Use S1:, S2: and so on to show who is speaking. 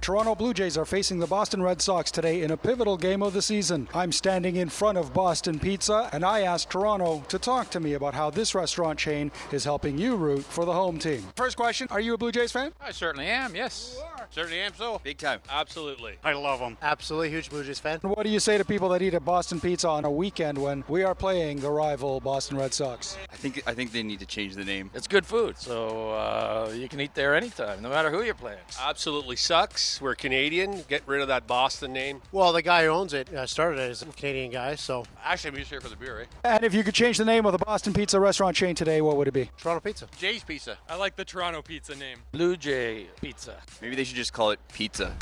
S1: Toronto Blue Jays are facing the Boston Red Sox today in a pivotal game of the season. I'm standing in front of Boston Pizza, and I asked Toronto to talk to me about how this restaurant chain is helping you root for the home team. First question Are you a Blue Jays fan?
S2: I certainly am, yes. Certainly am so.
S3: Big time.
S2: Absolutely.
S4: I love them.
S5: Absolutely huge Blue Jays fan.
S1: What do you say to people that eat at Boston Pizza on a weekend when we are playing the rival Boston Red Sox?
S3: I think I think they need to change the name.
S6: It's good food, so uh, you can eat there anytime, no matter who you're playing.
S2: Absolutely sucks. We're Canadian. Get rid of that Boston name.
S5: Well, the guy who owns it uh, started it as a Canadian guy, so
S2: Actually, I'm just here for the beer, eh?
S1: And if you could change the name of the Boston Pizza restaurant chain today, what would it be?
S5: Toronto Pizza.
S2: Jay's Pizza.
S7: I like the Toronto pizza name.
S6: Blue Jay Pizza.
S3: Maybe they should just call it pizza.